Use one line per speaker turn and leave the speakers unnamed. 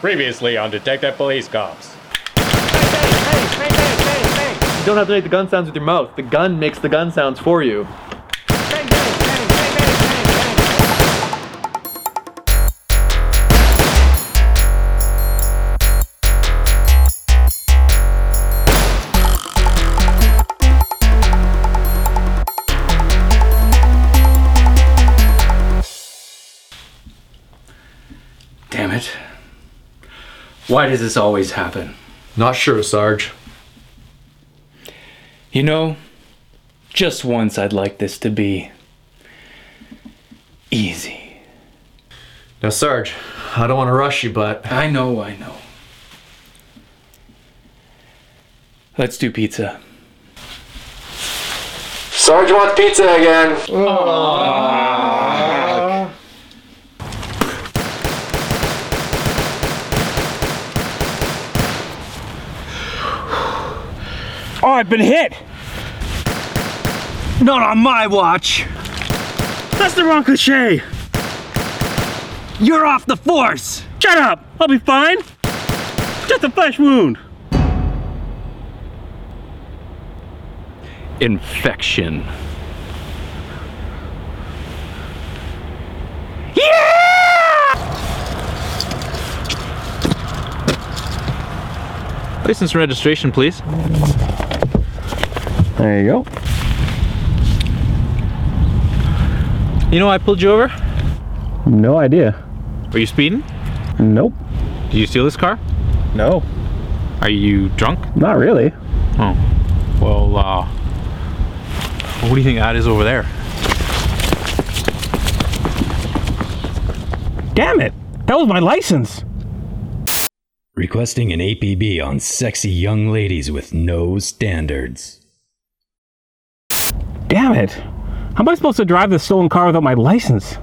Previously on Detect That Police Cops.
You don't have to make the gun sounds with your mouth. The gun makes the gun sounds for you.
Damn it. Why does this always happen?
Not sure, Sarge.
You know, just once I'd like this to be easy.
Now, Sarge, I don't want to rush you, but
I know, I know. Let's do pizza.
Sarge wants pizza again.
Oh, I've been hit. Not on my watch. That's the wrong cliche. You're off the force. Shut up. I'll be fine. Just a flesh wound.
Infection.
License and registration, please.
There you go.
You know, I pulled you over.
No idea.
Are you speeding?
Nope.
Did you steal this car?
No.
Are you drunk?
Oh, Not really.
Oh. Well, uh. What do you think that is over there?
Damn it. That was my license.
requesting an APB on sexy young ladies with no standards.
Damn it. How am I supposed to drive this stolen car without my license?